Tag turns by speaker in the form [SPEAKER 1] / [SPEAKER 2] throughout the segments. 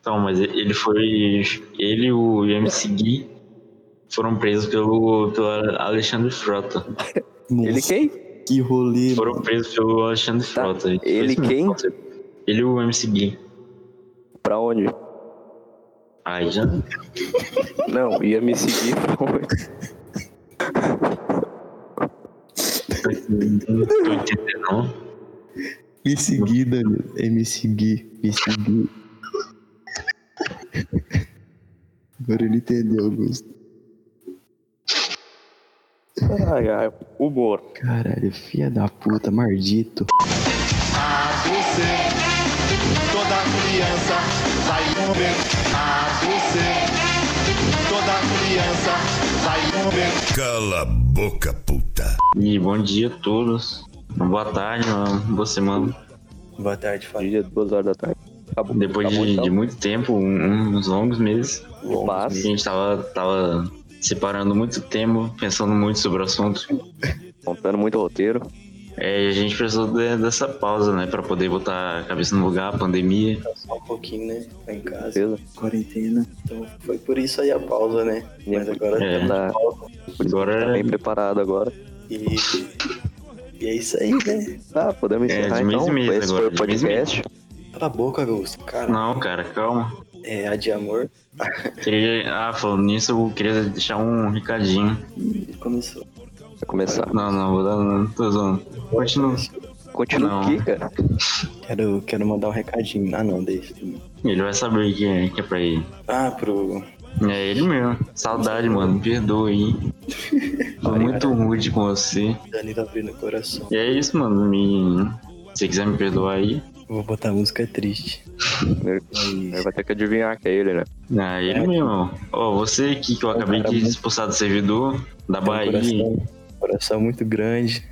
[SPEAKER 1] Então, mas ele foi. Ele e o MC Gui foram presos pelo, pelo Alexandre Frota.
[SPEAKER 2] Nossa,
[SPEAKER 3] Ele quem?
[SPEAKER 2] que rolê.
[SPEAKER 1] Foram presos pelo Alexandre
[SPEAKER 3] Tá.
[SPEAKER 1] Frota. Foi
[SPEAKER 3] Ele
[SPEAKER 1] isso mesmo,
[SPEAKER 3] quem?
[SPEAKER 1] Frota. Ele e o MC Gui.
[SPEAKER 3] Pra onde?
[SPEAKER 1] Ai, já.
[SPEAKER 3] Não, ia me seguir. pra onde?
[SPEAKER 1] Não tô entendendo, não.
[SPEAKER 2] Me seguir, Danilo. É me seguir. Me seguir. Agora ele entendeu, Augusto.
[SPEAKER 3] Ai, ai, humor.
[SPEAKER 2] Caralho, filha da puta, maldito.
[SPEAKER 4] A você, toda criança vai comer. A você, toda criança vai comer.
[SPEAKER 5] Cala a boca, puta.
[SPEAKER 1] E bom dia a todos. Uma boa tarde, uma boa semana.
[SPEAKER 6] Boa tarde, Fábio.
[SPEAKER 3] Dia é duas horas da tarde. Acabou.
[SPEAKER 1] Depois
[SPEAKER 3] Acabou,
[SPEAKER 1] de,
[SPEAKER 3] então.
[SPEAKER 1] de muito tempo, um- uns longos meses, a
[SPEAKER 3] Mas,
[SPEAKER 1] gente tava, tava separando muito tempo, pensando muito sobre o assunto.
[SPEAKER 3] contando muito roteiro.
[SPEAKER 1] É, a gente precisou de- dessa pausa, né? Pra poder botar a cabeça no lugar, a pandemia.
[SPEAKER 6] Só um pouquinho, né? Tá em casa,
[SPEAKER 3] Beleza?
[SPEAKER 6] quarentena. Então foi por isso aí a pausa, né? Mas agora
[SPEAKER 1] É.
[SPEAKER 6] estamos
[SPEAKER 3] Tá,
[SPEAKER 6] de volta.
[SPEAKER 3] tá
[SPEAKER 1] Agora
[SPEAKER 3] bem preparado agora.
[SPEAKER 6] E, e é isso aí, né?
[SPEAKER 3] Ah, podemos
[SPEAKER 1] É,
[SPEAKER 3] encerrar
[SPEAKER 1] de mês
[SPEAKER 3] então.
[SPEAKER 1] em mês
[SPEAKER 3] Esse
[SPEAKER 1] agora,
[SPEAKER 3] foi o
[SPEAKER 1] de mês em
[SPEAKER 3] podcast.
[SPEAKER 6] Cala a boca, Augusto. Cara,
[SPEAKER 1] Não, cara, calma.
[SPEAKER 6] é a de amor
[SPEAKER 1] Queria... Ah, falando nisso, eu queria deixar um recadinho.
[SPEAKER 6] começou.
[SPEAKER 3] Vai
[SPEAKER 6] Tá.
[SPEAKER 3] começar.
[SPEAKER 1] Não, não, vou dar. Não, tô zoando. Continua.
[SPEAKER 3] Continua
[SPEAKER 1] Não.
[SPEAKER 3] aqui, cara.
[SPEAKER 6] Quero, quero mandar um recadinho. Ah, não, deixa.
[SPEAKER 1] Ele vai saber que é, que é pra ele.
[SPEAKER 6] Ah, pro.
[SPEAKER 1] É ele mesmo. Saudade, mano. Me perdoa aí. Tô muito rude com você.
[SPEAKER 6] Dani tá abrindo o coração.
[SPEAKER 1] E é isso, mano. Me... Se você quiser me perdoar aí.
[SPEAKER 6] Vou botar música triste.
[SPEAKER 3] Ele vai ter que adivinhar que é ele, né?
[SPEAKER 1] Ah, ele mesmo. Ó, você aqui que eu acabei de expulsar do servidor da
[SPEAKER 6] Tem um
[SPEAKER 1] Bahia.
[SPEAKER 6] Coração, coração muito grande,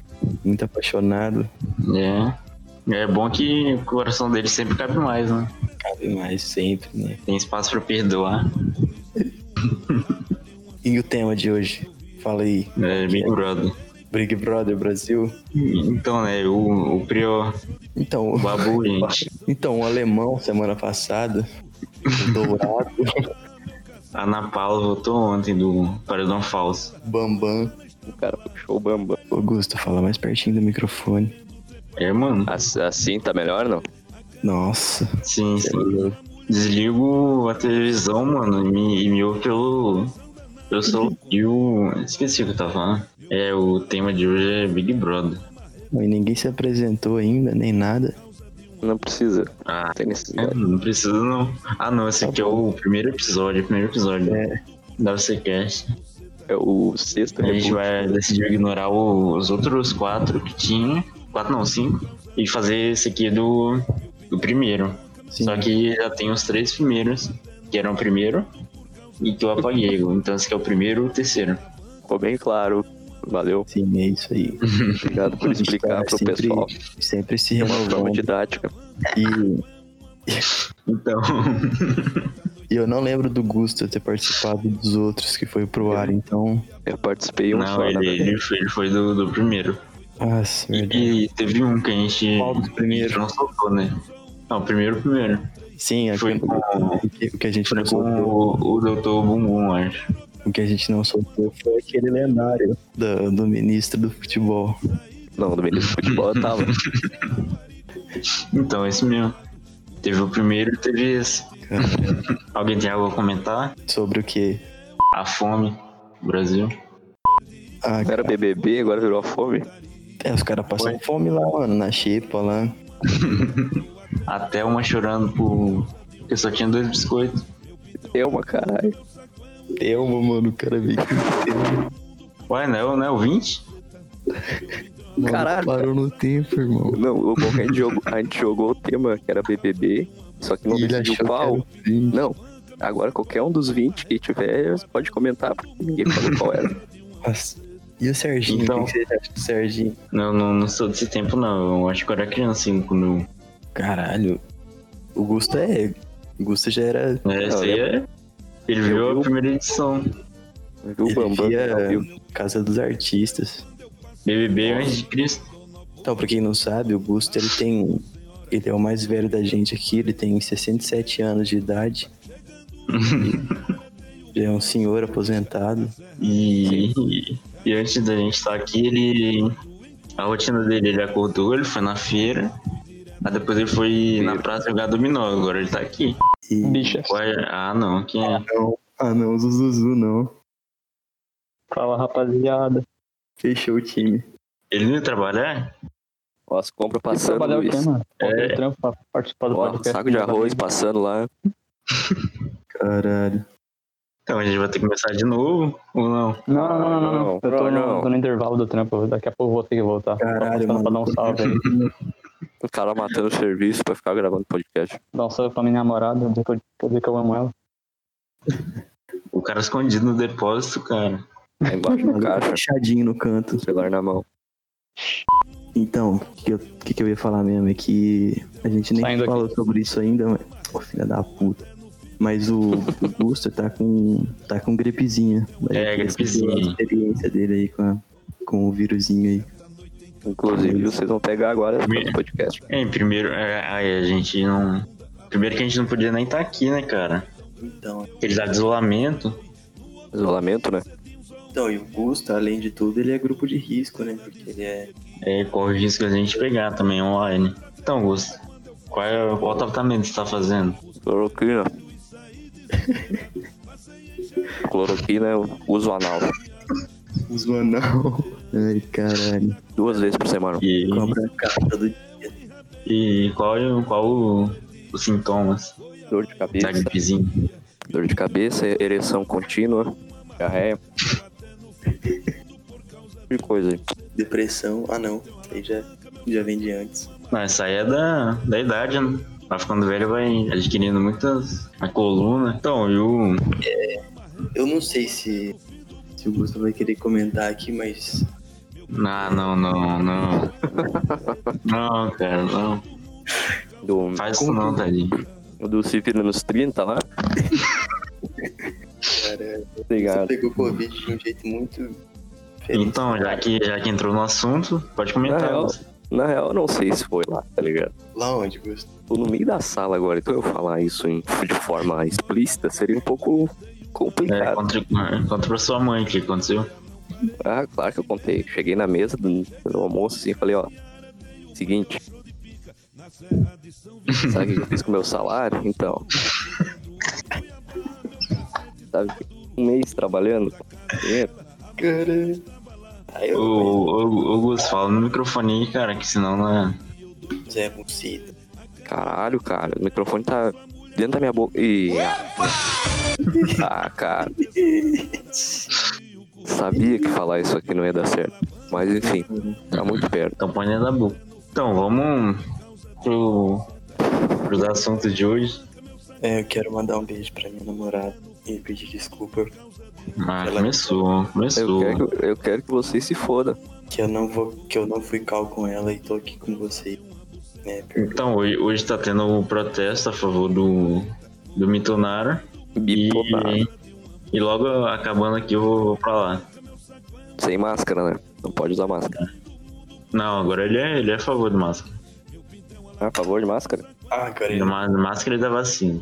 [SPEAKER 6] muito apaixonado.
[SPEAKER 1] É. É bom que o coração dele sempre cabe mais, né?
[SPEAKER 6] Cabe mais sempre, né?
[SPEAKER 1] Tem espaço pra perdoar.
[SPEAKER 6] E o tema de hoje? Fala aí.
[SPEAKER 1] É Big Brother.
[SPEAKER 6] Big Brother Brasil.
[SPEAKER 1] Então, né, o, o Prior,
[SPEAKER 6] Então,
[SPEAKER 1] o Babu, gente,
[SPEAKER 6] então, o alemão, semana passada, o Dourado,
[SPEAKER 1] a Ana Paula votou ontem do Paredão Falso.
[SPEAKER 6] o Bambam.
[SPEAKER 3] O cara puxou o bamba.
[SPEAKER 6] Augusto, fala mais pertinho do microfone.
[SPEAKER 1] É, mano,
[SPEAKER 3] Ass- Assim tá melhor, não?
[SPEAKER 6] Nossa.
[SPEAKER 1] sim, sim. Desligo a televisão, mano, e me, e me ouve pelo, pelo celular. E o... Esqueci o que eu tava falando. É, o tema de hoje é Big Brother.
[SPEAKER 6] E ninguém se apresentou ainda, nem nada.
[SPEAKER 3] Não precisa.
[SPEAKER 1] Ah,
[SPEAKER 3] Não tem
[SPEAKER 1] É,
[SPEAKER 3] necessidade.
[SPEAKER 1] não precisa não. Ah não, esse aqui é o primeiro episódio, o primeiro episódio
[SPEAKER 6] É.
[SPEAKER 1] da WCCast.
[SPEAKER 3] É o sexto
[SPEAKER 1] A gente
[SPEAKER 3] reboot.
[SPEAKER 1] vai decidir ignorar o- os outros quatro que tinha. Quatro não, cinco. E fazer esse aqui do, do primeiro.
[SPEAKER 6] Sim.
[SPEAKER 1] Só que já tem os três primeiros, que eram o primeiro, e que eu apaguei. Então esse aqui é o primeiro e o terceiro.
[SPEAKER 3] Ficou bem claro. Valeu.
[SPEAKER 6] Sim, é isso aí.
[SPEAKER 3] Obrigado por explicar
[SPEAKER 6] Cara,
[SPEAKER 3] pro
[SPEAKER 6] sempre-
[SPEAKER 3] pessoal.
[SPEAKER 6] Sempre se
[SPEAKER 3] De uma forma
[SPEAKER 6] renovando.
[SPEAKER 3] didática.
[SPEAKER 6] E,
[SPEAKER 1] Então,
[SPEAKER 6] e eu não lembro do Gusto ter participado dos outros que foi pro ar, então.
[SPEAKER 3] Eu participei um
[SPEAKER 1] não,
[SPEAKER 3] só,
[SPEAKER 1] ele,
[SPEAKER 3] né?
[SPEAKER 1] ele foi, ele foi do, do primeiro.
[SPEAKER 6] Nossa, verdade.
[SPEAKER 1] E teve um que a gente
[SPEAKER 6] Qual dos primeiros?
[SPEAKER 1] não soltou, né? Não, o primeiro, o primeiro.
[SPEAKER 6] Sim, é
[SPEAKER 1] Foi
[SPEAKER 6] que- o que, o que a gente
[SPEAKER 1] Foi
[SPEAKER 6] não
[SPEAKER 1] com
[SPEAKER 6] soltou.
[SPEAKER 1] o, o Dr. Bumbum, acho.
[SPEAKER 6] O que a gente não soltou foi aquele lendário do, do ministro do futebol.
[SPEAKER 3] Não, do ministro do futebol eu tava.
[SPEAKER 1] Então, esse mesmo. Teve o primeiro e teve esse.
[SPEAKER 6] Cara,
[SPEAKER 1] Alguém tem algo a comentar?
[SPEAKER 6] sobre o quê?
[SPEAKER 1] A fome, Brasil.
[SPEAKER 6] Ah,
[SPEAKER 3] Era BBB, agora virou a fome.
[SPEAKER 6] É, os caras passam fome lá, mano, na xepa lá.
[SPEAKER 1] Até uma chorando por. Porque só tinha dois biscoitos.
[SPEAKER 3] Eu, É uma caralho.
[SPEAKER 6] Eu, mano, o cara veio que
[SPEAKER 1] Ué, não é, o- não é o 20?
[SPEAKER 3] Caralho,
[SPEAKER 2] Parou no tempo, irmão.
[SPEAKER 3] Não, o bom é que a gente jogou, a gente jogou o tema, que era BBB, só que não
[SPEAKER 2] E ele
[SPEAKER 3] decidiu
[SPEAKER 2] achou
[SPEAKER 3] qual.
[SPEAKER 2] que era o fim.
[SPEAKER 3] Não, agora qualquer um dos 20 que tiver, pode comentar, porque ninguém falou qual era.
[SPEAKER 6] Nossa. E o Serginho?
[SPEAKER 1] Então.
[SPEAKER 6] O que que você acha do Serginho?
[SPEAKER 1] Não, não, não sou desse tempo, não. Eu acho que eu era criança assim, quando.
[SPEAKER 6] Caralho. O Gusto é. O Gusto já era.
[SPEAKER 1] É, esse aí é. Ele
[SPEAKER 3] Eu
[SPEAKER 1] viu
[SPEAKER 3] vi
[SPEAKER 1] a
[SPEAKER 3] o-
[SPEAKER 1] primeira edição.
[SPEAKER 3] Viu o
[SPEAKER 6] Ele
[SPEAKER 3] Bambam?
[SPEAKER 6] via-
[SPEAKER 3] não viu?
[SPEAKER 6] Casa dos Artistas.
[SPEAKER 1] BBB antes de Cristo.
[SPEAKER 6] Então, pra quem não sabe, o Gusto ele tem. Ele é o mais velho da gente aqui, ele tem 67 anos de idade. ele é um senhor aposentado.
[SPEAKER 1] E, e antes da gente estar aqui, ele. A rotina dele, ele acordou, ele foi na feira. Aí depois ele foi na praça jogar dominó, agora ele tá aqui.
[SPEAKER 6] E...
[SPEAKER 7] Bicha,
[SPEAKER 1] Ué, ah não, quem é?
[SPEAKER 6] Ah não, Zuzuzu não.
[SPEAKER 7] fala rapaziada.
[SPEAKER 6] Fechou o time.
[SPEAKER 1] Ele não ia trabalhar?
[SPEAKER 3] Nossa, compra
[SPEAKER 7] Tem que
[SPEAKER 3] passando,
[SPEAKER 7] trabalhar o
[SPEAKER 3] Luiz.
[SPEAKER 7] quê, mano? Falta
[SPEAKER 1] É.
[SPEAKER 7] de trampo pra participar do
[SPEAKER 3] Ó,
[SPEAKER 7] podcast.
[SPEAKER 3] saco de arroz passando lá.
[SPEAKER 6] Caralho.
[SPEAKER 1] Então a gente vai ter que começar de novo ou não?
[SPEAKER 7] Não, não, não, não, não.
[SPEAKER 3] Não,
[SPEAKER 7] Eu
[SPEAKER 3] não,
[SPEAKER 7] tô no,
[SPEAKER 3] não.
[SPEAKER 7] tô no intervalo do trampo. Daqui a pouco eu vou ter que voltar. Tô
[SPEAKER 6] Caralho,
[SPEAKER 7] passando
[SPEAKER 6] mano.
[SPEAKER 7] Pra dar um salve aí.
[SPEAKER 3] O cara matando o serviço pra ficar gravando podcast.
[SPEAKER 7] Dá um salve pra minha namorada, depois de dizer que eu amo ela.
[SPEAKER 1] O cara escondido no depósito, cara.
[SPEAKER 3] Aí Tá embaixo do
[SPEAKER 6] Mas eu tô
[SPEAKER 3] caixa,
[SPEAKER 6] Fechadinho no canto.
[SPEAKER 3] celular na mão.
[SPEAKER 6] Então, o que, eu- o que que eu ia falar mesmo é que a gente nem
[SPEAKER 7] Saindo aqui.
[SPEAKER 6] falou sobre isso ainda, mas. Ô, filha da puta. Mas o, o Buster tá com. tá com gripezinha.
[SPEAKER 1] É, gripezinha.
[SPEAKER 6] A experiência dele aí com, a- com o vírusinho aí.
[SPEAKER 3] Inclusive, vocês vão pegar agora depois do podcast.
[SPEAKER 1] É, em primeiro. É, aí a gente não. Primeiro que a gente não podia nem estar aqui, né, cara?
[SPEAKER 6] Então,
[SPEAKER 1] Ele tá de isolamento.
[SPEAKER 3] Isolamento, né?
[SPEAKER 6] então, e o Busta, além de tudo, ele é grupo de risco, né? Porque ele é.
[SPEAKER 1] É, corre o risco de a gente pegar também online. Então, Augusto, qual é o qual tratamento que você tá fazendo?
[SPEAKER 3] Cloroquina. Cloroquina é o uso anal.
[SPEAKER 6] Zoanal. Ai, caralho.
[SPEAKER 3] Duas vezes por semana.
[SPEAKER 1] E,
[SPEAKER 6] Cobra carta do.
[SPEAKER 1] e qual, é o- qual o- os sintomas é
[SPEAKER 3] Dor de
[SPEAKER 1] da
[SPEAKER 3] cabeça.
[SPEAKER 1] gripezinha?
[SPEAKER 3] Dor de cabeça, ereção contínua. Diarreia. Que coisa aí.
[SPEAKER 6] Depressão. Ah, não. Aí já, já vem de antes.
[SPEAKER 1] Não, essa aí é da, da idade, né? Vai ficando velho, vai adquirindo muitas... a coluna. Então, e o...
[SPEAKER 6] Eu não sei se, se o Gusto vai querer comentar aqui, mas
[SPEAKER 1] Ah, não, não, não. Não, cara, não.
[SPEAKER 3] Do,
[SPEAKER 1] Faz isso não, Tadinho.
[SPEAKER 3] do Civil nos 30 lá. Obrigado.
[SPEAKER 6] pegou Covid de um jeito muito diferente.
[SPEAKER 1] Então, já que, já que entrou no assunto, pode
[SPEAKER 3] Na
[SPEAKER 1] comentar.
[SPEAKER 3] real,
[SPEAKER 1] Augusto.
[SPEAKER 3] na real, eu não sei se foi lá, tá ligado?
[SPEAKER 6] Lá onde, Gusto?
[SPEAKER 3] Tô no meio da sala agora, então eu falar isso em- de forma explícita seria um pouco
[SPEAKER 1] É,
[SPEAKER 3] complicado.
[SPEAKER 1] contra, contra pra sua mãe o que aconteceu.
[SPEAKER 3] Ah, claro que eu contei. Cheguei na mesa do, do almoço assim e falei, ó, seguinte. Sabe o que eu fiz com o meu salário? Então. Sabe, um mês trabalhando. dinheiro,
[SPEAKER 6] Cara. Aí
[SPEAKER 1] Ô,
[SPEAKER 6] eu
[SPEAKER 1] ô, ô, Gus, fala no microfone aí, cara, que senão não é.
[SPEAKER 6] Zé Bucita.
[SPEAKER 3] Caralho, cara, o microfone tá dentro da minha boca. Ih, ah, cara. Sabia que falar isso aqui não ia dar certo. Mas enfim, tá muito perto.
[SPEAKER 1] Então põe dentro da boca. Então, vamos pro, pros assuntos de hoje.
[SPEAKER 6] É, eu quero mandar um beijo pra minha namorada e pedir desculpa
[SPEAKER 1] Ah,
[SPEAKER 6] Ela-
[SPEAKER 1] começou,
[SPEAKER 3] Eu
[SPEAKER 1] começou.
[SPEAKER 3] quero, que, eu quero que vocês se fodam.
[SPEAKER 6] que eu não vou, que eu não fui cal com ela e tô aqui com você. Né, per-
[SPEAKER 1] Então, hoje, hoje tá tendo um protesto a favor do, do Mitonara. E,
[SPEAKER 3] Bipolar.
[SPEAKER 1] e logo acabando aqui eu vou, vou pra lá.
[SPEAKER 3] Sem máscara, né? Não pode usar máscara.
[SPEAKER 1] Não, agora ele é, ele é a favor do máscara.
[SPEAKER 3] Ah, a favor de máscara?
[SPEAKER 6] Ah, cara,
[SPEAKER 1] Do
[SPEAKER 6] ele
[SPEAKER 1] má- máscara e da vacina.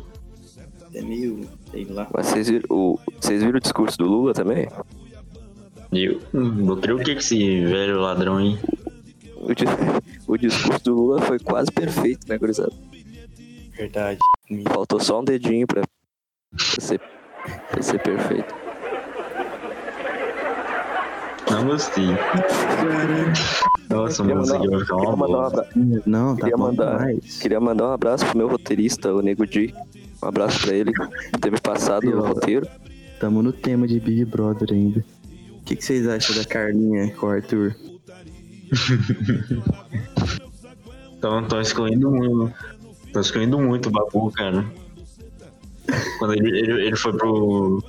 [SPEAKER 6] é meio, sei lá.
[SPEAKER 3] Mas vocês viram o, vocês viram o discurso do Lula também?
[SPEAKER 1] E eu hum, vou crer o que que esse velho ladrão aí.
[SPEAKER 3] O, di- o discurso do Lula foi quase perfeito, né, gurizada?
[SPEAKER 6] Verdade. Me-
[SPEAKER 3] Faltou só um dedinho pra, pra ser, pra ser perfeito.
[SPEAKER 1] Não gostei.
[SPEAKER 6] Tá
[SPEAKER 1] Nossa,
[SPEAKER 3] Queria
[SPEAKER 1] moça,
[SPEAKER 3] mandar-
[SPEAKER 1] aqui vai ficar
[SPEAKER 3] queria
[SPEAKER 1] uma
[SPEAKER 3] mandar um
[SPEAKER 1] boa.
[SPEAKER 3] abra-
[SPEAKER 6] Não, tá
[SPEAKER 3] Queria
[SPEAKER 6] bom
[SPEAKER 3] mandar,
[SPEAKER 6] demais.
[SPEAKER 3] queria mandar um abraço pro meu roteirista, o Nego Di. Um abraço pra ele por ter me passado o
[SPEAKER 6] Pior.
[SPEAKER 3] roteiro.
[SPEAKER 6] Tamo no tema de Big Brother ainda. O que, que vocês acham da Carlinha com o Arthur?
[SPEAKER 1] Então, estão excluindo muito. Estão excluindo muito o Babu, cara. Quando ele, ele, ele foi pro.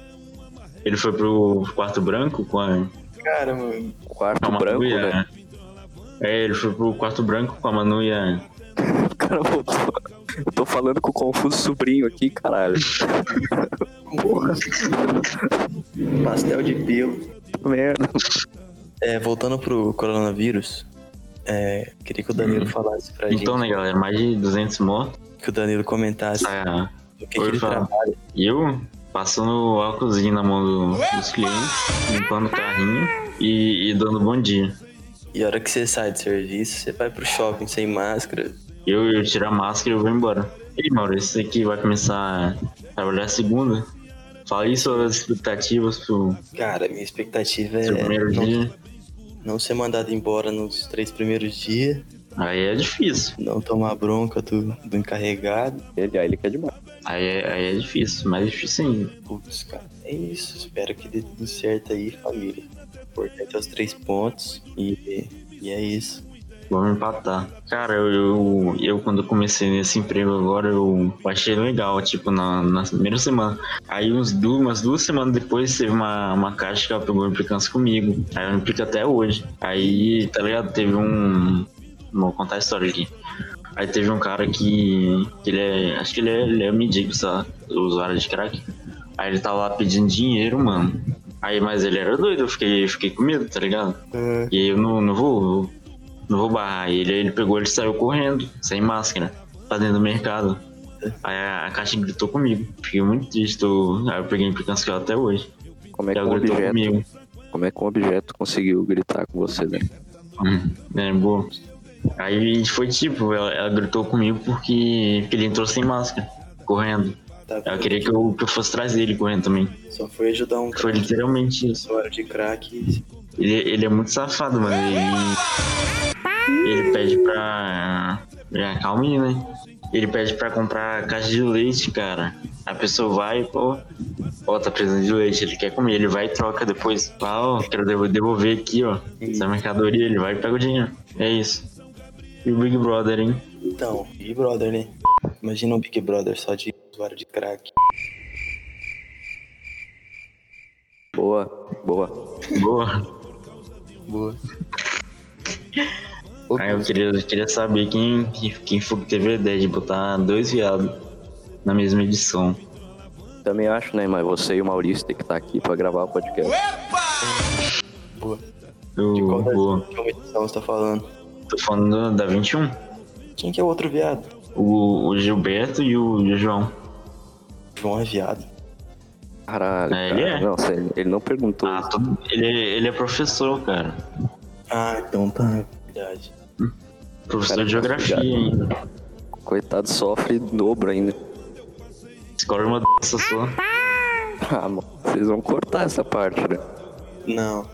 [SPEAKER 1] Ele foi pro quarto branco com a,
[SPEAKER 6] Cara, mano.
[SPEAKER 3] Quarto
[SPEAKER 1] com a Manu
[SPEAKER 3] branco,
[SPEAKER 1] e a-
[SPEAKER 3] né?
[SPEAKER 1] É, ele foi pro quarto branco com a Manu e a.
[SPEAKER 3] O cara voltou. Eu tô falando com o Confuso Sobrinho aqui, caralho.
[SPEAKER 6] Pastel de pelo.
[SPEAKER 3] Merda.
[SPEAKER 6] É, voltando pro coronavírus, É, queria que o Danilo falasse pra
[SPEAKER 1] Então, né,
[SPEAKER 6] gente.
[SPEAKER 1] galera, mais de 200 mortos.
[SPEAKER 6] Que o Danilo comentasse
[SPEAKER 1] Ah,
[SPEAKER 6] o que, que ele
[SPEAKER 1] ouvi falar.
[SPEAKER 6] trabalha.
[SPEAKER 1] E eu passando álcoolzinho na mão do- dos clientes, limpando o carrinho e, e dando bom dia.
[SPEAKER 6] E a hora que você sai do serviço, você vai pro shopping sem máscara.
[SPEAKER 1] Eu, eu tiro a máscara e eu vou embora. Ei, Maurício, você que vai começar a trabalhar segunda? Fala aí suas expectativas pro
[SPEAKER 6] Cara, minha expectativa
[SPEAKER 1] seu
[SPEAKER 6] é
[SPEAKER 1] primeiro
[SPEAKER 6] não,
[SPEAKER 1] dia.
[SPEAKER 6] não ser mandado embora nos três primeiros dias,
[SPEAKER 1] Aí é difícil.
[SPEAKER 6] não tomar bronca do, do encarregado.
[SPEAKER 3] Ele, aí ele quer demais.
[SPEAKER 1] Aí é, aí é difícil, mais difícil ainda.
[SPEAKER 6] Putz, cara, é isso. Espero que dê tudo certo aí, família. Importante é os três pontos e, e é isso.
[SPEAKER 1] Vamos empatar. Cara, eu, eu, eu, quando eu comecei nesse emprego agora, eu achei legal, tipo, na, na primeira semana. Aí uns du umas duas semanas depois teve uma, uma caixa que ela pegou implicância comigo. Aí eu implico até hoje. Aí, tá ligado? Teve um. Vou contar a história aqui. Aí teve um cara que. que ele é. Acho que ele é, ele é mendigo, sabe? Usuário de crack. Aí ele tava lá pedindo dinheiro, mano. Aí, mas ele era doido, eu fiquei, fiquei com medo, tá ligado? E aí eu não, não vou. Não vou barrar. Ele, ele pegou, ele saiu correndo, sem máscara, pra dentro do mercado. Aí a, a caixa gritou comigo. Fiquei muito triste. eu- aí eu peguei implicância com ela até hoje.
[SPEAKER 3] Como é que
[SPEAKER 1] ela
[SPEAKER 3] um
[SPEAKER 1] gritou
[SPEAKER 3] objeto,
[SPEAKER 1] comigo.
[SPEAKER 3] como é que um objeto conseguiu gritar com você, né?
[SPEAKER 1] Hum, É, boa. Aí foi tipo, ela, ela gritou comigo porque, porque ele entrou sem máscara, correndo.
[SPEAKER 6] Tá,
[SPEAKER 1] Ela queria que eu, que eu fosse atrás dele correndo também.
[SPEAKER 6] Só foi ajudar um
[SPEAKER 1] Foi literalmente isso.
[SPEAKER 6] usuário de crack.
[SPEAKER 1] Ele, ele é muito safado, mano. Ele, ele pede pra. Já, calma aí, né? Ele pede pra comprar caixa de leite, cara. A pessoa vai e, pô, ó, tá precisando de leite, ele quer comer. Ele vai e troca depois. Pá, ó, quero devo- devolver aqui, ó. Essa mercadoria, ele vai e pega o dinheiro. É isso. E o Big Brother, hein?
[SPEAKER 6] Então, Big Brother, né? Imagina um Big Brother só de usuário de crack.
[SPEAKER 3] Boa, boa.
[SPEAKER 1] Boa.
[SPEAKER 6] Boa.
[SPEAKER 1] Aí eu queria, eu queria saber quem, quem foi que teve a ideia de botar dois viados na mesma edição.
[SPEAKER 3] Também acho, né, mas você e o Maurício tem que estar aqui pra gravar o podcast.
[SPEAKER 1] Eu,
[SPEAKER 6] Qual das-
[SPEAKER 1] boa.
[SPEAKER 6] qual edição você tá falando?
[SPEAKER 1] Tô falando da 21?
[SPEAKER 6] Quem que é o outro viado?
[SPEAKER 1] O, o Gilberto e o, e o João.
[SPEAKER 6] João é viado.
[SPEAKER 3] Caralho,
[SPEAKER 1] É,
[SPEAKER 3] cara.
[SPEAKER 1] ele é?
[SPEAKER 3] Não, você- ele não perguntou.
[SPEAKER 1] Ah, tô- ele, ele é professor, cara.
[SPEAKER 6] Ah, então tá. Verdade.
[SPEAKER 1] Professor
[SPEAKER 3] Cara,
[SPEAKER 1] de geografia
[SPEAKER 3] obrigado.
[SPEAKER 1] ainda.
[SPEAKER 3] Coitado, sofre dobro ainda.
[SPEAKER 1] Escolhe é uma doença só.
[SPEAKER 3] Ah, mano, vocês vão cortar essa parte, né?
[SPEAKER 6] Não.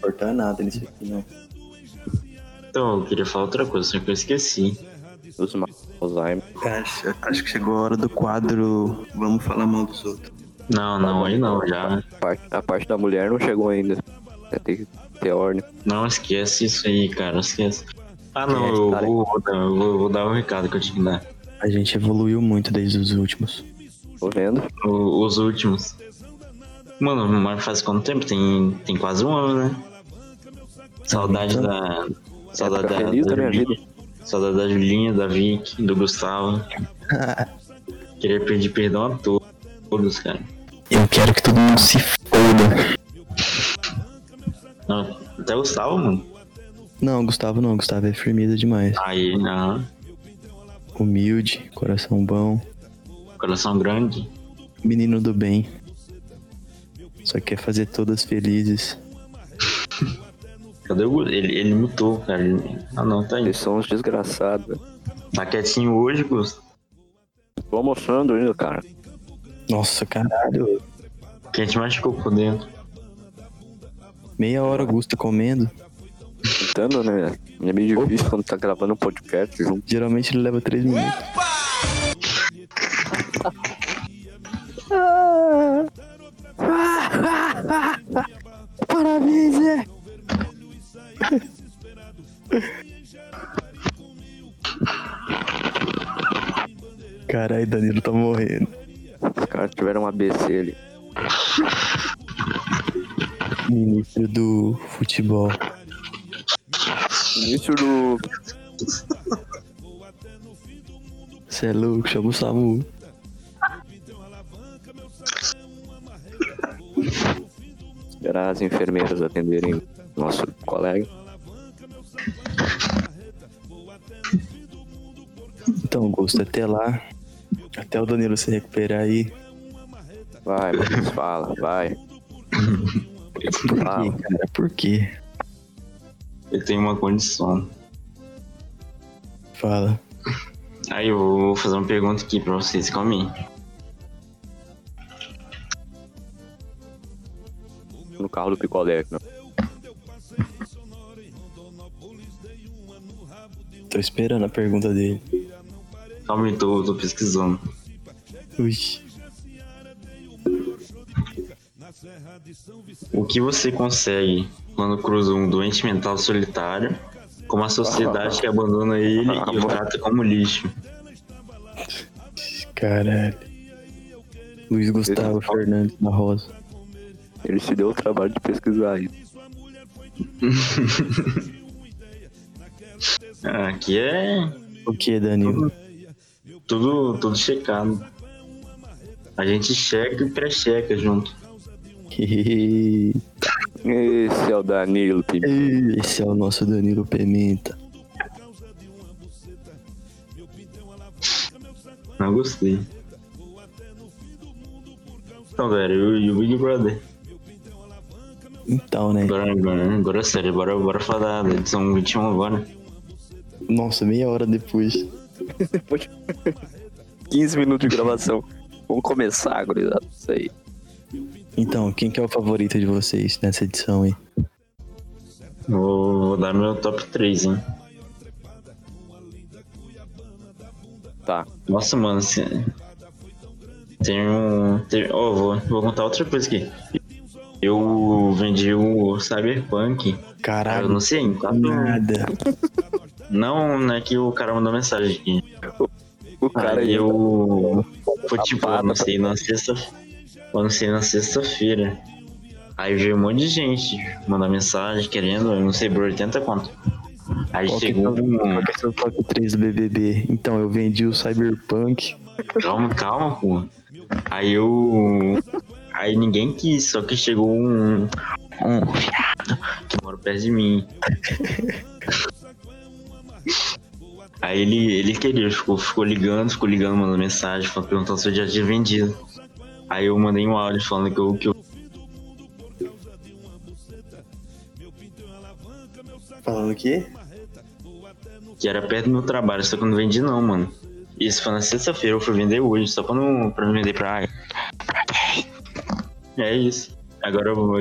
[SPEAKER 6] Cortar nada nisso aqui, não.
[SPEAKER 1] Então, eu queria falar outra coisa, só que eu esqueci.
[SPEAKER 3] Os ma- Alzheimer.
[SPEAKER 6] Cara, acho que chegou a hora do quadro. Vamos falar mal dos outros.
[SPEAKER 1] Não, não, aí não, já.
[SPEAKER 3] A parte, a parte da mulher não chegou ainda. É, Tem que ter ordem.
[SPEAKER 1] Não esquece isso aí, cara, esquece. Ah, não,
[SPEAKER 3] É,
[SPEAKER 1] eu
[SPEAKER 3] cara.
[SPEAKER 1] vou, vou dar- eu vou- vou dar o recado que eu né? tinha que dar.
[SPEAKER 6] A gente evoluiu muito desde os últimos.
[SPEAKER 3] Tô vendo.
[SPEAKER 1] O- os últimos. Mano, mas faz quanto tempo? Tem, tem quase um ano, né? Saudade da. Saudade
[SPEAKER 3] Uhum. Época
[SPEAKER 1] da,
[SPEAKER 3] feliz da
[SPEAKER 1] da
[SPEAKER 3] minha
[SPEAKER 1] Julinha. Saudade da Julinha, da Vicky, do Gustavo. Queria pedir perdão a to- todos, cara.
[SPEAKER 6] Eu quero que todo mundo se foda.
[SPEAKER 1] Não, até o Gustavo, mano. tá
[SPEAKER 6] Não, Gustavo não. Gustavo é firmeza demais.
[SPEAKER 1] Aí, né? aham.
[SPEAKER 6] Humilde, coração bom.
[SPEAKER 1] Coração grande.
[SPEAKER 6] Menino do bem. Só quer fazer todas felizes.
[SPEAKER 1] Cadê o Gu- ele, ele mutou, cara. Ele- Ah não, tá aí.
[SPEAKER 3] Eles são uns desgraçados. velho.
[SPEAKER 1] Tá quietinho hoje, Gusto.
[SPEAKER 3] Tô almoçando ainda, cara.
[SPEAKER 6] Nossa, caralho.
[SPEAKER 1] Quem te machucou por dentro?
[SPEAKER 6] Meia hora Augusto comendo.
[SPEAKER 3] Tentando, né? É meio difícil quando tá gravando um podcast junto.
[SPEAKER 6] Geralmente ele leva três minutos.
[SPEAKER 3] Parabéns, Zé!
[SPEAKER 6] Caralho, Danilo tá morrendo.
[SPEAKER 3] Os caras tiveram um ABC ali.
[SPEAKER 6] Ministro do futebol.
[SPEAKER 3] Início do.
[SPEAKER 6] Você é louco, chama o Samu.
[SPEAKER 3] Esperar as enfermeiras atenderem nosso colega.
[SPEAKER 6] Então, Augusto, até lá. Até o Danilo se recuperar aí.
[SPEAKER 3] Vai, Matheus, fala, vai.
[SPEAKER 6] Por quê,
[SPEAKER 3] Fala.
[SPEAKER 6] cara? Por quê?
[SPEAKER 1] Eu tenho uma condição.
[SPEAKER 6] Fala.
[SPEAKER 1] Aí eu vou fazer uma pergunta aqui pra vocês, calma aí.
[SPEAKER 3] No carro do picolé. Não.
[SPEAKER 6] Tô esperando a pergunta dele.
[SPEAKER 1] Calma aí, tô, tô pesquisando.
[SPEAKER 6] Ui.
[SPEAKER 1] O que você consegue quando cruza um doente mental solitário com uma sociedade que abandona ele e o trata como lixo?
[SPEAKER 6] Caralho. Luiz Gustavo Fernandes da Rosa.
[SPEAKER 3] Ele se deu o trabalho de pesquisar aí.
[SPEAKER 1] Ah, Aqui é
[SPEAKER 6] O que, Danilo?
[SPEAKER 1] tudo, tudo checado. A gente checa e pré-checa junto.
[SPEAKER 6] Esse
[SPEAKER 3] Esse é o Danilo, Pimenta.
[SPEAKER 6] é o nosso Danilo Pimenta.
[SPEAKER 1] Não gostei. Então, velho, e o- e o Big Brother?
[SPEAKER 6] Então, né?
[SPEAKER 1] Agora, agora, agora é sério, bora, bora falar né? da edição 21 agora.
[SPEAKER 6] Nossa, meia hora depois.
[SPEAKER 3] 15 minutos de gravação. Vamos começar, gurizada. Isso aí.
[SPEAKER 6] Então, quem que é o favorito de vocês nessa edição aí?
[SPEAKER 1] Vou, vou dar meu top 3, hein?
[SPEAKER 3] Tá.
[SPEAKER 1] Nossa, mano, se... tem um. Tem... ó, vou, vou contar outra coisa aqui. Eu vendi o Cyberpunk. Eu
[SPEAKER 6] Caralho,
[SPEAKER 1] não sei, em quatro.
[SPEAKER 6] nada.
[SPEAKER 1] Não, né? Que o cara mandou mensagem aqui.
[SPEAKER 3] O cara
[SPEAKER 1] Aí
[SPEAKER 3] aí.
[SPEAKER 1] eu. Foi tipo,
[SPEAKER 3] Tapada
[SPEAKER 1] eu
[SPEAKER 6] né?
[SPEAKER 1] não sei, na sexta. Eu não sei, na sexta-feira. Aí veio um monte de gente mandar mensagem querendo, eu não sei, por 80 conto. Aí
[SPEAKER 6] Qual que é
[SPEAKER 1] chegou um.
[SPEAKER 6] o seu top 3 do BBB? Então, eu vendi o Cyberpunk.
[SPEAKER 1] Calma, calma, pô. Aí eu. Aí ninguém quis, só que chegou um. Um viado que mora perto de mim. Aí ele, ele queria, ficou, ficou ligando, ficou ligando, mandando mensagem, falando, perguntando se eu já tinha vendido. Aí eu mandei um áudio falando que eu. Que eu
[SPEAKER 6] Falando o quê?
[SPEAKER 1] que era perto do meu trabalho, só que eu não vendi não, mano. Isso foi na sexta-feira, eu fui vender hoje, só pra não pra não vender pra. pra gay. É isso. Agora eu vou.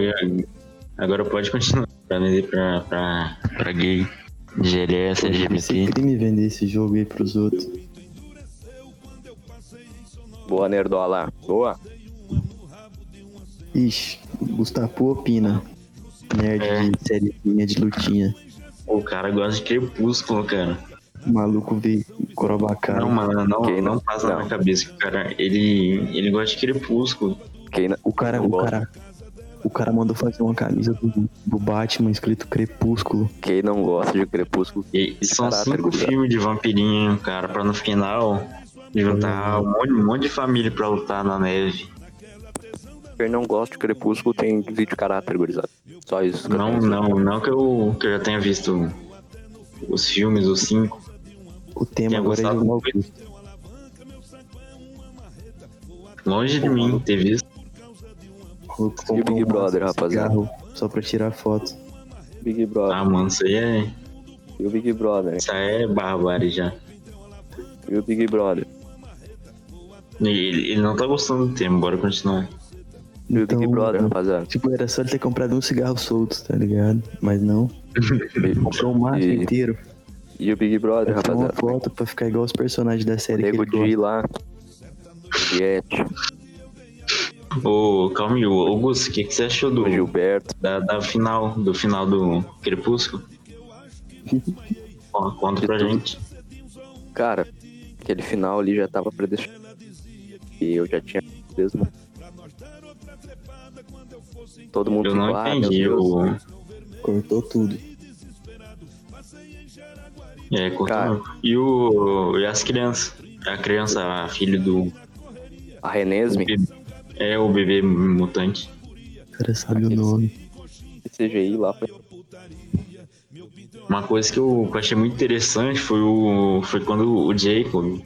[SPEAKER 1] Agora pode continuar. Pra vender pra. pra, pra gay. GLS,
[SPEAKER 6] Esse
[SPEAKER 1] LGBT.
[SPEAKER 6] crime vender esse jogo aí pros outros.
[SPEAKER 3] Boa, Nerdola. Boa.
[SPEAKER 6] Ixi, Gustavo opina. Nerd de sériezinha de lutinha.
[SPEAKER 1] O cara gosta de crepúsculo, cara.
[SPEAKER 6] O maluco veio corobacado.
[SPEAKER 1] Não, mano, não,
[SPEAKER 3] Quem Ah, não-
[SPEAKER 1] não passa na
[SPEAKER 3] não.
[SPEAKER 1] minha cabeça que o cara. Ele. ele gosta de crepúsculo.
[SPEAKER 3] Quem não-
[SPEAKER 6] O cara,
[SPEAKER 3] não
[SPEAKER 6] o
[SPEAKER 3] gosta-
[SPEAKER 6] cara. O cara mandou fazer uma camisa do, do Batman escrito Crepúsculo.
[SPEAKER 3] Quem não gosta de Crepúsculo?
[SPEAKER 1] E, e são
[SPEAKER 3] Caráter,
[SPEAKER 1] cinco
[SPEAKER 3] cara.
[SPEAKER 1] filmes de vampirinho, cara, pra no final juntar um monte, um monte de família pra lutar na neve.
[SPEAKER 3] Quem não gosta de Crepúsculo tem vídeo de caráter, gurizada. Só isso. que eu
[SPEAKER 1] Não,
[SPEAKER 3] penso.
[SPEAKER 1] não, não que eu, que eu já tenha visto os filmes, os cinco.
[SPEAKER 6] O tema
[SPEAKER 1] Quem
[SPEAKER 6] agora é
[SPEAKER 1] gostava
[SPEAKER 6] jogar o
[SPEAKER 1] muito. Longe de mim ter visto.
[SPEAKER 6] maluco.
[SPEAKER 3] E o Big Brother, rapaziada?
[SPEAKER 6] Cigarro, só pra tirar foto.
[SPEAKER 3] Big Brother.
[SPEAKER 1] Ah, mano, isso aí é.
[SPEAKER 3] E o Big Brother.
[SPEAKER 1] Isso aí é barbárie já.
[SPEAKER 3] E o Big Brother.
[SPEAKER 1] E Ele, ele não tá gostando do tema, bora continuar.
[SPEAKER 3] E o Big
[SPEAKER 6] Então,
[SPEAKER 3] Brother,
[SPEAKER 6] mano.
[SPEAKER 3] rapaziada.
[SPEAKER 6] Tipo, era só ele ter comprado um cigarro solto, tá ligado? Mas não. Comprou um maço
[SPEAKER 3] E-
[SPEAKER 6] inteiro.
[SPEAKER 3] E o Big Brother,
[SPEAKER 6] Pra tirar é uma
[SPEAKER 3] rapaziada.
[SPEAKER 6] foto pra ficar igual os personagens da série que
[SPEAKER 3] Nego
[SPEAKER 6] ele gosta.
[SPEAKER 3] de lá. Juliette,
[SPEAKER 1] Hum. Ô, calma aí, ô, Augusto, o que, que você achou do,
[SPEAKER 3] o Gilberto.
[SPEAKER 1] da, da final, do final do Crepúsculo? Ó, conta pra gente.
[SPEAKER 3] Cara, aquele final ali já tava predestinado. E eu já tinha mesmo. Todo mundo
[SPEAKER 1] Eu não
[SPEAKER 3] ficou, "Ah, meu
[SPEAKER 1] entendi.
[SPEAKER 3] Deus."
[SPEAKER 1] O,
[SPEAKER 6] Cortou tudo.
[SPEAKER 1] é, conta
[SPEAKER 3] Cara.
[SPEAKER 1] não. E, o, e as crianças? A criança, a filha do.
[SPEAKER 3] A Renesme,
[SPEAKER 1] É o bebê mutante.
[SPEAKER 6] O cara sabe o nome.
[SPEAKER 3] CGI lá, foi
[SPEAKER 1] Uma coisa que eu, que eu achei muito interessante foi, o, foi quando o Jacob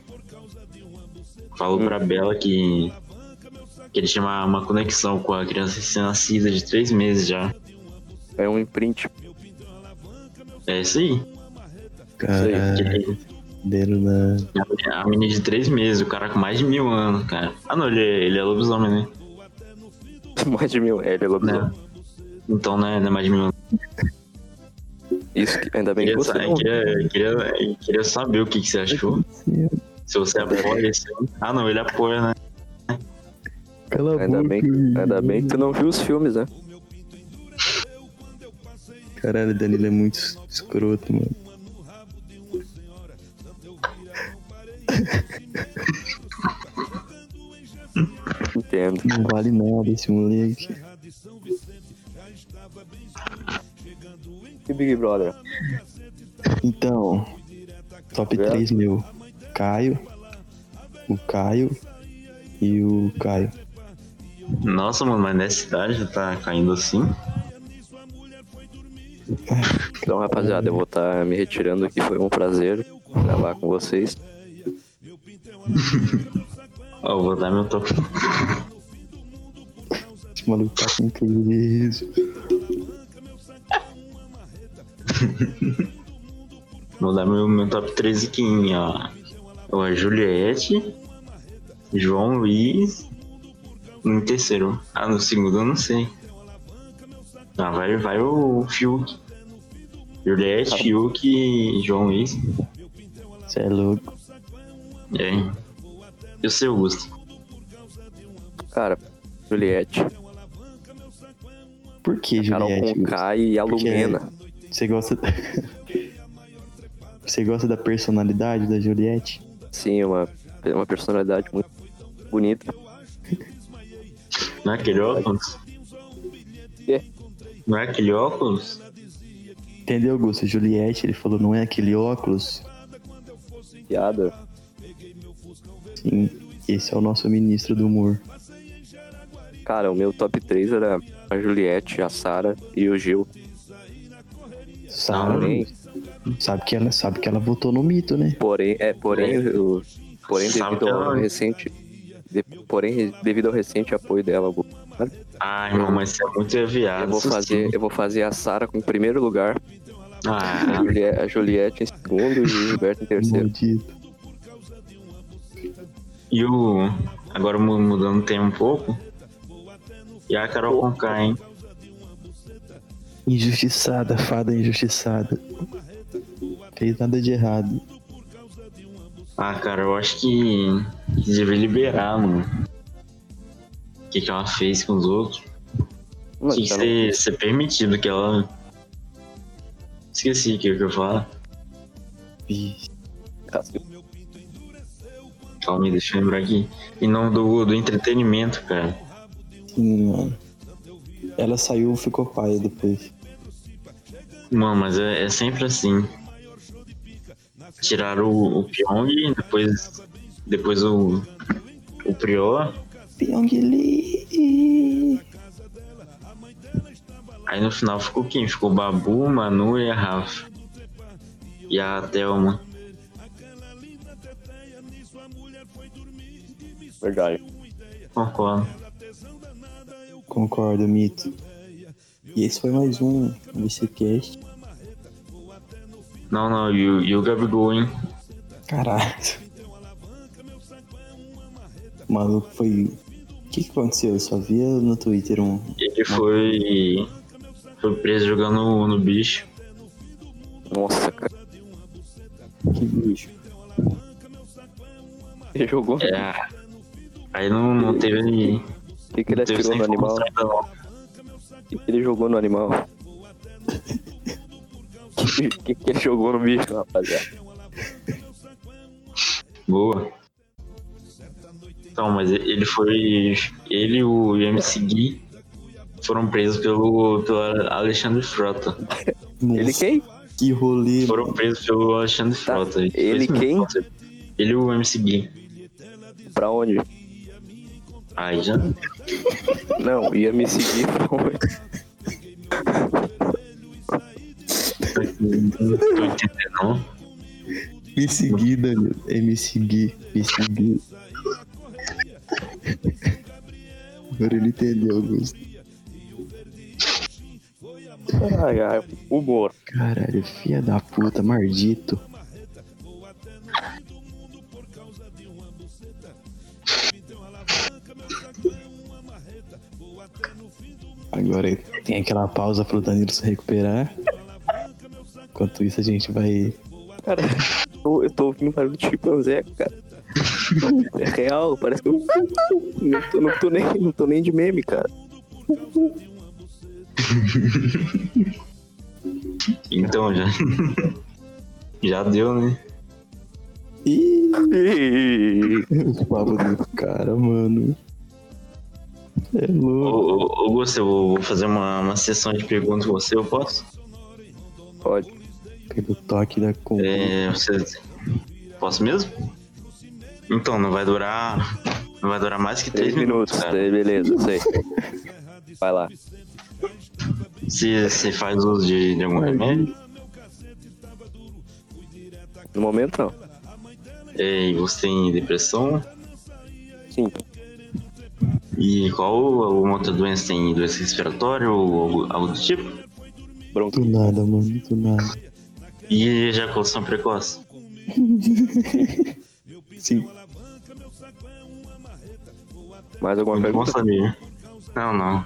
[SPEAKER 1] falou pra Bela que, que ele tinha uma, uma conexão com a criança recém-nascida de três meses já.
[SPEAKER 3] É um imprint.
[SPEAKER 1] É isso aí. Que
[SPEAKER 6] Caralho,
[SPEAKER 1] ele-
[SPEAKER 6] dedo na.
[SPEAKER 1] a menina de três meses, o cara com mais de mil anos, cara. Ah não, ele, é- ele é lobisomem, né?
[SPEAKER 3] Mais de mil. É, ele é lobisomem.
[SPEAKER 1] Né? Então não é, não é mais de mil anos.
[SPEAKER 3] Isso que- ainda bem que
[SPEAKER 1] Queria,
[SPEAKER 3] você
[SPEAKER 1] sa-
[SPEAKER 3] não...
[SPEAKER 1] é, queria, queria, queria saber o que, que você achou. Se você é apoia esse. Ah não, ele apoia, né? é
[SPEAKER 6] Cala a
[SPEAKER 3] Ainda
[SPEAKER 6] boca.
[SPEAKER 3] bem, ainda bem que tu não viu os filmes, né?
[SPEAKER 6] Caralho, Danilo é muito escroto, mano.
[SPEAKER 3] Entendo.
[SPEAKER 6] Não vale nada esse moleque.
[SPEAKER 3] E Big Brother?
[SPEAKER 6] Então, top
[SPEAKER 3] É.
[SPEAKER 6] 3 meu. Caio, o Caio e o Caio.
[SPEAKER 1] Nossa, mano, mas nessa idade já tá caindo assim.
[SPEAKER 3] Então, rapaziada, eu vou estar me retirando aqui. Foi um prazer gravar com vocês.
[SPEAKER 1] Ó, eu vou dar meu top.
[SPEAKER 6] Esse maluco tá com crise.
[SPEAKER 1] Vou dar meu, meu top 3 aqui, hein, ó. Ó, a Juliette, João Luiz. No terceiro. Ah, no segundo eu não sei. Ah, vai, vai o Fiuk. Juliette, Fiuk e João Luiz. É.
[SPEAKER 6] Cê é louco.
[SPEAKER 1] E aí? Eu sei, Augusto.
[SPEAKER 3] Cara, Juliette,
[SPEAKER 6] Por que,
[SPEAKER 3] Carol
[SPEAKER 6] Juliette?
[SPEAKER 3] Conká e a
[SPEAKER 6] Porque- é
[SPEAKER 3] Lumena.
[SPEAKER 6] Você gosta. Você gosta da personalidade da Juliette?
[SPEAKER 3] Sim, uma, é uma personalidade muito bonita.
[SPEAKER 1] Não é aquele óculos?
[SPEAKER 3] Quê?
[SPEAKER 1] Não é aquele óculos?
[SPEAKER 6] Entendeu, Augusto? Juliette, ele falou, não é aquele óculos?
[SPEAKER 3] Piada.
[SPEAKER 6] Sim, esse é o nosso ministro do humor.
[SPEAKER 3] Cara, o meu top 3 era a Juliette, a Sara e o Gil.
[SPEAKER 6] Sabe,
[SPEAKER 3] Porém,
[SPEAKER 6] sabe, que ela, sabe que ela votou no mito, né?
[SPEAKER 3] porém, é, porém, o, porém
[SPEAKER 1] Sabe
[SPEAKER 3] devido ao
[SPEAKER 1] que ela-
[SPEAKER 3] recente. de- porém, devido ao recente apoio dela, eu vou-
[SPEAKER 1] Ah, irmão, mas você é muito viado.
[SPEAKER 3] eu vou
[SPEAKER 1] isso
[SPEAKER 3] fazer,
[SPEAKER 1] sim.
[SPEAKER 3] eu vou fazer a Sara com o primeiro lugar, a
[SPEAKER 1] Ah,
[SPEAKER 3] Julie- a Juliette em segundo e o Gilberto em terceiro.
[SPEAKER 6] Maldito.
[SPEAKER 1] E o. Agora mu- mudando o tema um pouco. E a Carol Conká, hein?
[SPEAKER 6] Injustiçada, fada injustiçada. Fez nada de errado.
[SPEAKER 1] Ah, cara, eu acho que. que devia liberar, mano. O que, que ela fez com os outros.
[SPEAKER 3] Mano,
[SPEAKER 1] Tinha que
[SPEAKER 3] tá
[SPEAKER 1] ser, ser permitido que ela. Esqueci o que eu ia falar.
[SPEAKER 6] Ih,
[SPEAKER 3] no cacete.
[SPEAKER 1] Calma aí, deixa eu lembrar aqui. Em nome do, do entretenimento, cara.
[SPEAKER 6] Sim, mano. Ela saiu e ficou paia depois.
[SPEAKER 1] Mano, mas é, é sempre assim. Tiraram o, o Pyong, depois. Depois o. O Prior.
[SPEAKER 6] Pyongyi!
[SPEAKER 1] Aí no final ficou quem? Ficou o Babu, Manu e a Rafa. E a Thelma.
[SPEAKER 3] Verdade.
[SPEAKER 1] Concordo.
[SPEAKER 6] Concordo, mito. E esse foi mais um VCCast.
[SPEAKER 1] Não, não, e o, e o Gabigol, hein?
[SPEAKER 6] Caralho. O maluco foi. O que, que aconteceu? Eu só via no Twitter um.
[SPEAKER 1] Ele foi. Foi preso jogando no, no bicho.
[SPEAKER 3] Nossa, cara.
[SPEAKER 6] Que bicho.
[SPEAKER 3] Ele jogou?
[SPEAKER 1] É. Aí não, não teve.
[SPEAKER 3] O que, que ele
[SPEAKER 1] Não teve essa
[SPEAKER 3] atirou no animal?
[SPEAKER 1] informação ainda não.
[SPEAKER 3] O que, que ele jogou no animal? O que, que, que ele jogou no bicho, rapaziada?
[SPEAKER 1] Boa. Então, mas e- ele foi. Ele e o MC Gui foram presos pelo, pelo Alexandre Frota.
[SPEAKER 3] Ele
[SPEAKER 6] Nossa,
[SPEAKER 3] quem?
[SPEAKER 6] Que rolê.
[SPEAKER 1] Foram presos pelo Alexandre
[SPEAKER 3] Tá.
[SPEAKER 1] Frota. Foi
[SPEAKER 3] Ele
[SPEAKER 1] isso mesmo.
[SPEAKER 3] quem?
[SPEAKER 1] Ele e o MC Gui.
[SPEAKER 3] Pra onde?
[SPEAKER 1] Aí já.
[SPEAKER 3] Não, ia me seguir.
[SPEAKER 1] Tô entendendo, não.
[SPEAKER 2] Me seguir, Danilo. É me seguir, me seguir. Agora ele entendeu, Augusto.
[SPEAKER 3] Ai, ai, humor.
[SPEAKER 2] Caralho, filha da puta, maldito. Agora tem aquela pausa pro Danilo se recuperar. Enquanto isso, a gente vai.
[SPEAKER 3] Cara, eu, eu tô ouvindo barulho de chimpanzé, cara. É real, parece que eu. Não tô, não tô nem, não tô nem de meme, cara.
[SPEAKER 1] Então já. Já deu, né?
[SPEAKER 2] Ih,
[SPEAKER 3] Ih,
[SPEAKER 2] o papo do cara, mano. É
[SPEAKER 1] Ô,
[SPEAKER 2] louco.
[SPEAKER 1] ô, ô, Augusto, eu vou fazer uma, uma sessão de perguntas com você, eu posso?
[SPEAKER 3] Pode.
[SPEAKER 2] Pelo toque da conta.
[SPEAKER 1] É, você... Posso mesmo? Então, não vai durar. Não vai durar mais que
[SPEAKER 3] Três
[SPEAKER 1] três
[SPEAKER 3] minutos.
[SPEAKER 1] minutos.
[SPEAKER 2] É.
[SPEAKER 1] cara.
[SPEAKER 3] Aí, beleza, sei. Vai lá.
[SPEAKER 1] Se você faz uso de, de algum remédio,
[SPEAKER 3] No momento não.
[SPEAKER 1] é, e você tem depressão,
[SPEAKER 3] Sim.
[SPEAKER 1] e qual alguma outra doença tem doença respiratória ou algo, algo do tipo?
[SPEAKER 3] Bronco.
[SPEAKER 2] Do nada, mano, do nada.
[SPEAKER 1] E ejaculação precoce.
[SPEAKER 2] Sim,
[SPEAKER 3] Mais alguma
[SPEAKER 1] Muito bom
[SPEAKER 3] pergunta?
[SPEAKER 1] saber. Não, não.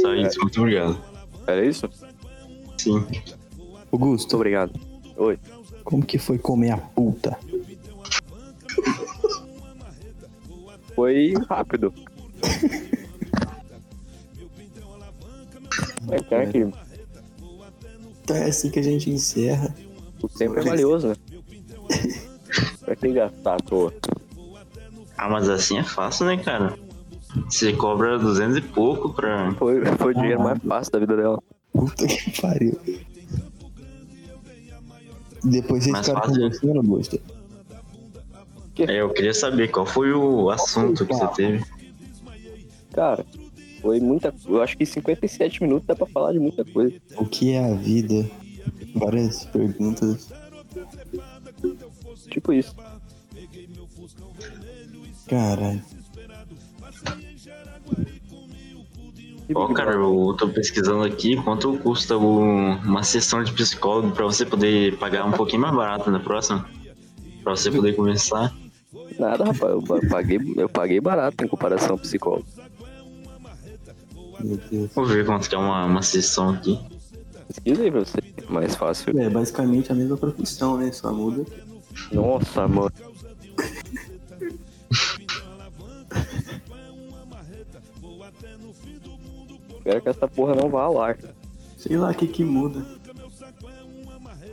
[SPEAKER 1] Só isso, muito obrigado.
[SPEAKER 3] Era isso?
[SPEAKER 1] Sim.
[SPEAKER 3] Muito
[SPEAKER 2] Augusto,
[SPEAKER 3] obrigado. Oi.
[SPEAKER 2] como que foi comer a puta?
[SPEAKER 3] Foi rápido. É, cara, que
[SPEAKER 2] Então é assim que a gente encerra.
[SPEAKER 3] o tempo é valioso, né? Pra que gastar à toa?
[SPEAKER 1] Ah, mas assim é fácil, né, cara? Você cobra 200 e pouco pra.
[SPEAKER 3] Foi, foi o dinheiro mais fácil da vida dela.
[SPEAKER 2] Puta que pariu. Depois vocês
[SPEAKER 1] Mas
[SPEAKER 2] ficaram
[SPEAKER 1] fácil.
[SPEAKER 2] conversando, Augusto.
[SPEAKER 1] É, eu queria saber qual foi o assunto que você teve.
[SPEAKER 3] Cara, foi muita. Eu acho que 57 minutos dá pra falar de muita coisa.
[SPEAKER 2] O que é a vida? Várias perguntas.
[SPEAKER 3] Tipo isso.
[SPEAKER 2] Caralho.
[SPEAKER 1] Ó, cara, eu tô pesquisando aqui quanto custa o- uma sessão de psicólogo pra você poder pagar um pouquinho mais barato na próxima. Pra você poder começar.
[SPEAKER 3] Nada, rapaz. Eu ba- paguei, eu paguei barato em comparação ao psicólogo.
[SPEAKER 2] Meu Deus.
[SPEAKER 1] Vou ver quanto que é uma, uma sessão aqui.
[SPEAKER 3] Pesquisa aí pra você. Mais fácil.
[SPEAKER 6] É basicamente a mesma profissão, né? Só muda.
[SPEAKER 3] Nossa, mano. Espero que essa porra não vá ao ar.
[SPEAKER 6] Sei lá o que que muda.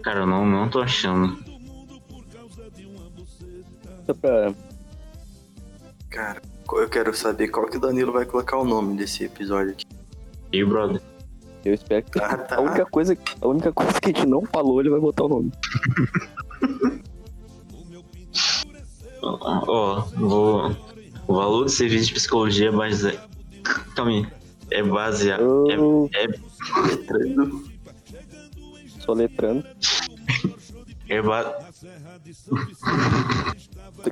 [SPEAKER 1] Cara, eu não, não tô achando.
[SPEAKER 3] Só pra-
[SPEAKER 6] Cara, eu quero saber qual que o Danilo vai colocar o nome desse episódio aqui.
[SPEAKER 1] E brother?
[SPEAKER 3] Eu espero que
[SPEAKER 6] Ah, tá.
[SPEAKER 3] a única coisa, a única coisa que a gente não falou, ele vai botar o nome.
[SPEAKER 1] Ó, ó, vou. O valor do serviço de psicologia é baseado. Calma aí. É baseado.
[SPEAKER 3] Eu
[SPEAKER 1] É,
[SPEAKER 3] sou letrando.
[SPEAKER 1] é, é ba...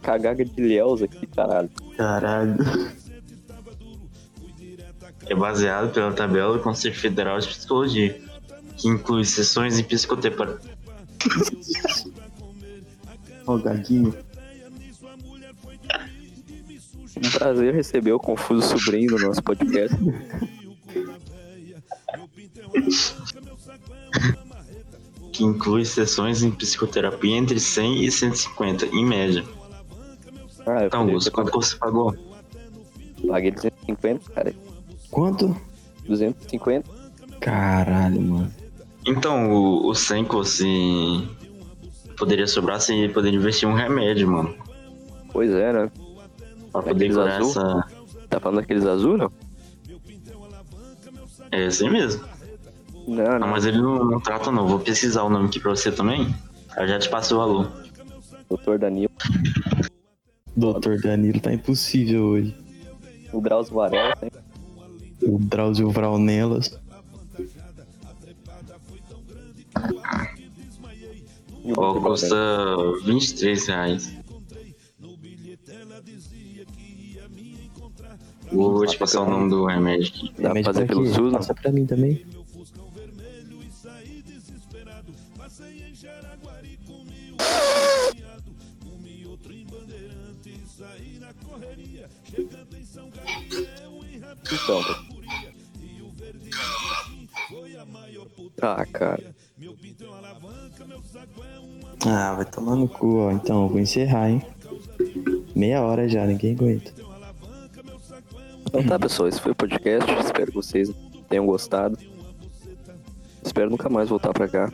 [SPEAKER 3] Cagaga de Léus aqui, caralho.
[SPEAKER 6] Caralho.
[SPEAKER 1] é baseado pela tabela do Conselho Federal de Psicologia, que inclui sessões em psicoterapia.
[SPEAKER 6] Ó, o Gaguinho.
[SPEAKER 3] Um prazer receber o Confuso Sobrinho no nosso podcast.
[SPEAKER 1] que inclui sessões em psicoterapia entre 100 e 150, em média.
[SPEAKER 3] Ah, eu
[SPEAKER 1] Então,
[SPEAKER 3] falei,
[SPEAKER 1] Augusto, quanto que você pagou?
[SPEAKER 3] paguei 250, cara.
[SPEAKER 2] Quanto?
[SPEAKER 3] 250?
[SPEAKER 2] Caralho, mano.
[SPEAKER 1] Então, o, o 100 que você poderia sobrar, você poderia investir em um remédio, mano.
[SPEAKER 3] Pois é, né?
[SPEAKER 1] Pra poder
[SPEAKER 3] Aqueles
[SPEAKER 1] curar
[SPEAKER 3] azul?
[SPEAKER 1] essa...
[SPEAKER 3] Tá falando daqueles azul, não?
[SPEAKER 1] É assim mesmo.
[SPEAKER 3] Não,
[SPEAKER 1] Ah,
[SPEAKER 3] não.
[SPEAKER 1] mas ele não, não trata não. Vou pesquisar o nome aqui pra você também. Eu já te passo o valor.
[SPEAKER 3] Doutor Danilo.
[SPEAKER 2] Doutor Danilo tá impossível hoje.
[SPEAKER 3] O Drauzio Varela, né?
[SPEAKER 2] O Drauzio Vraunelas.
[SPEAKER 1] Ó, custa 23 reais. Vou te passar o nome do remédio aqui.
[SPEAKER 3] Dá pra
[SPEAKER 2] Remédio
[SPEAKER 3] fazer
[SPEAKER 2] pra
[SPEAKER 3] pelo
[SPEAKER 2] quê?
[SPEAKER 3] SUS? não?
[SPEAKER 2] Passa pra mim também.
[SPEAKER 6] Então,
[SPEAKER 3] Ah, cara.
[SPEAKER 6] ah, vai tomar no cu.
[SPEAKER 2] Cu, ó, então, eu vou encerrar, hein? Meia hora já, ninguém aguenta.
[SPEAKER 3] Então tá, pessoal, esse foi o podcast. Espero que vocês tenham gostado. Espero nunca mais voltar pra cá.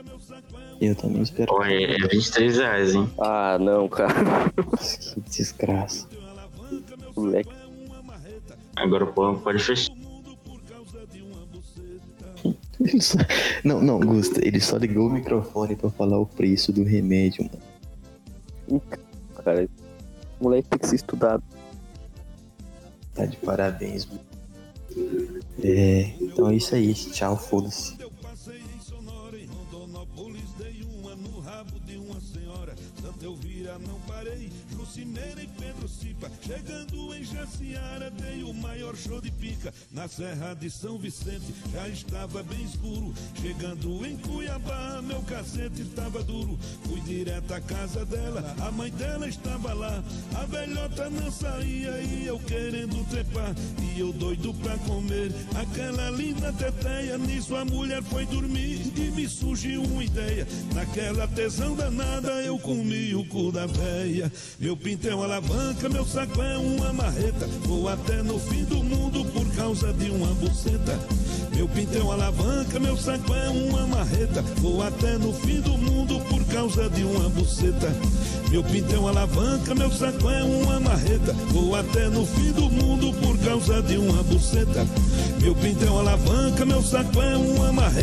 [SPEAKER 2] Eu também espero.
[SPEAKER 1] Porra, é é 23 reais, hein?
[SPEAKER 3] Ah, não, cara.
[SPEAKER 2] Que desgraça.
[SPEAKER 3] Moleque.
[SPEAKER 1] Agora pô, pode fechar.
[SPEAKER 2] Ele só- Não, não, Gusta, ele só ligou o microfone pra falar o preço do remédio, mano.
[SPEAKER 3] Cara, moleque tem que ser estudado.
[SPEAKER 2] Tá de parabéns, mano. É, então é isso aí. Tchau, foda-se.
[SPEAKER 4] é é é é é é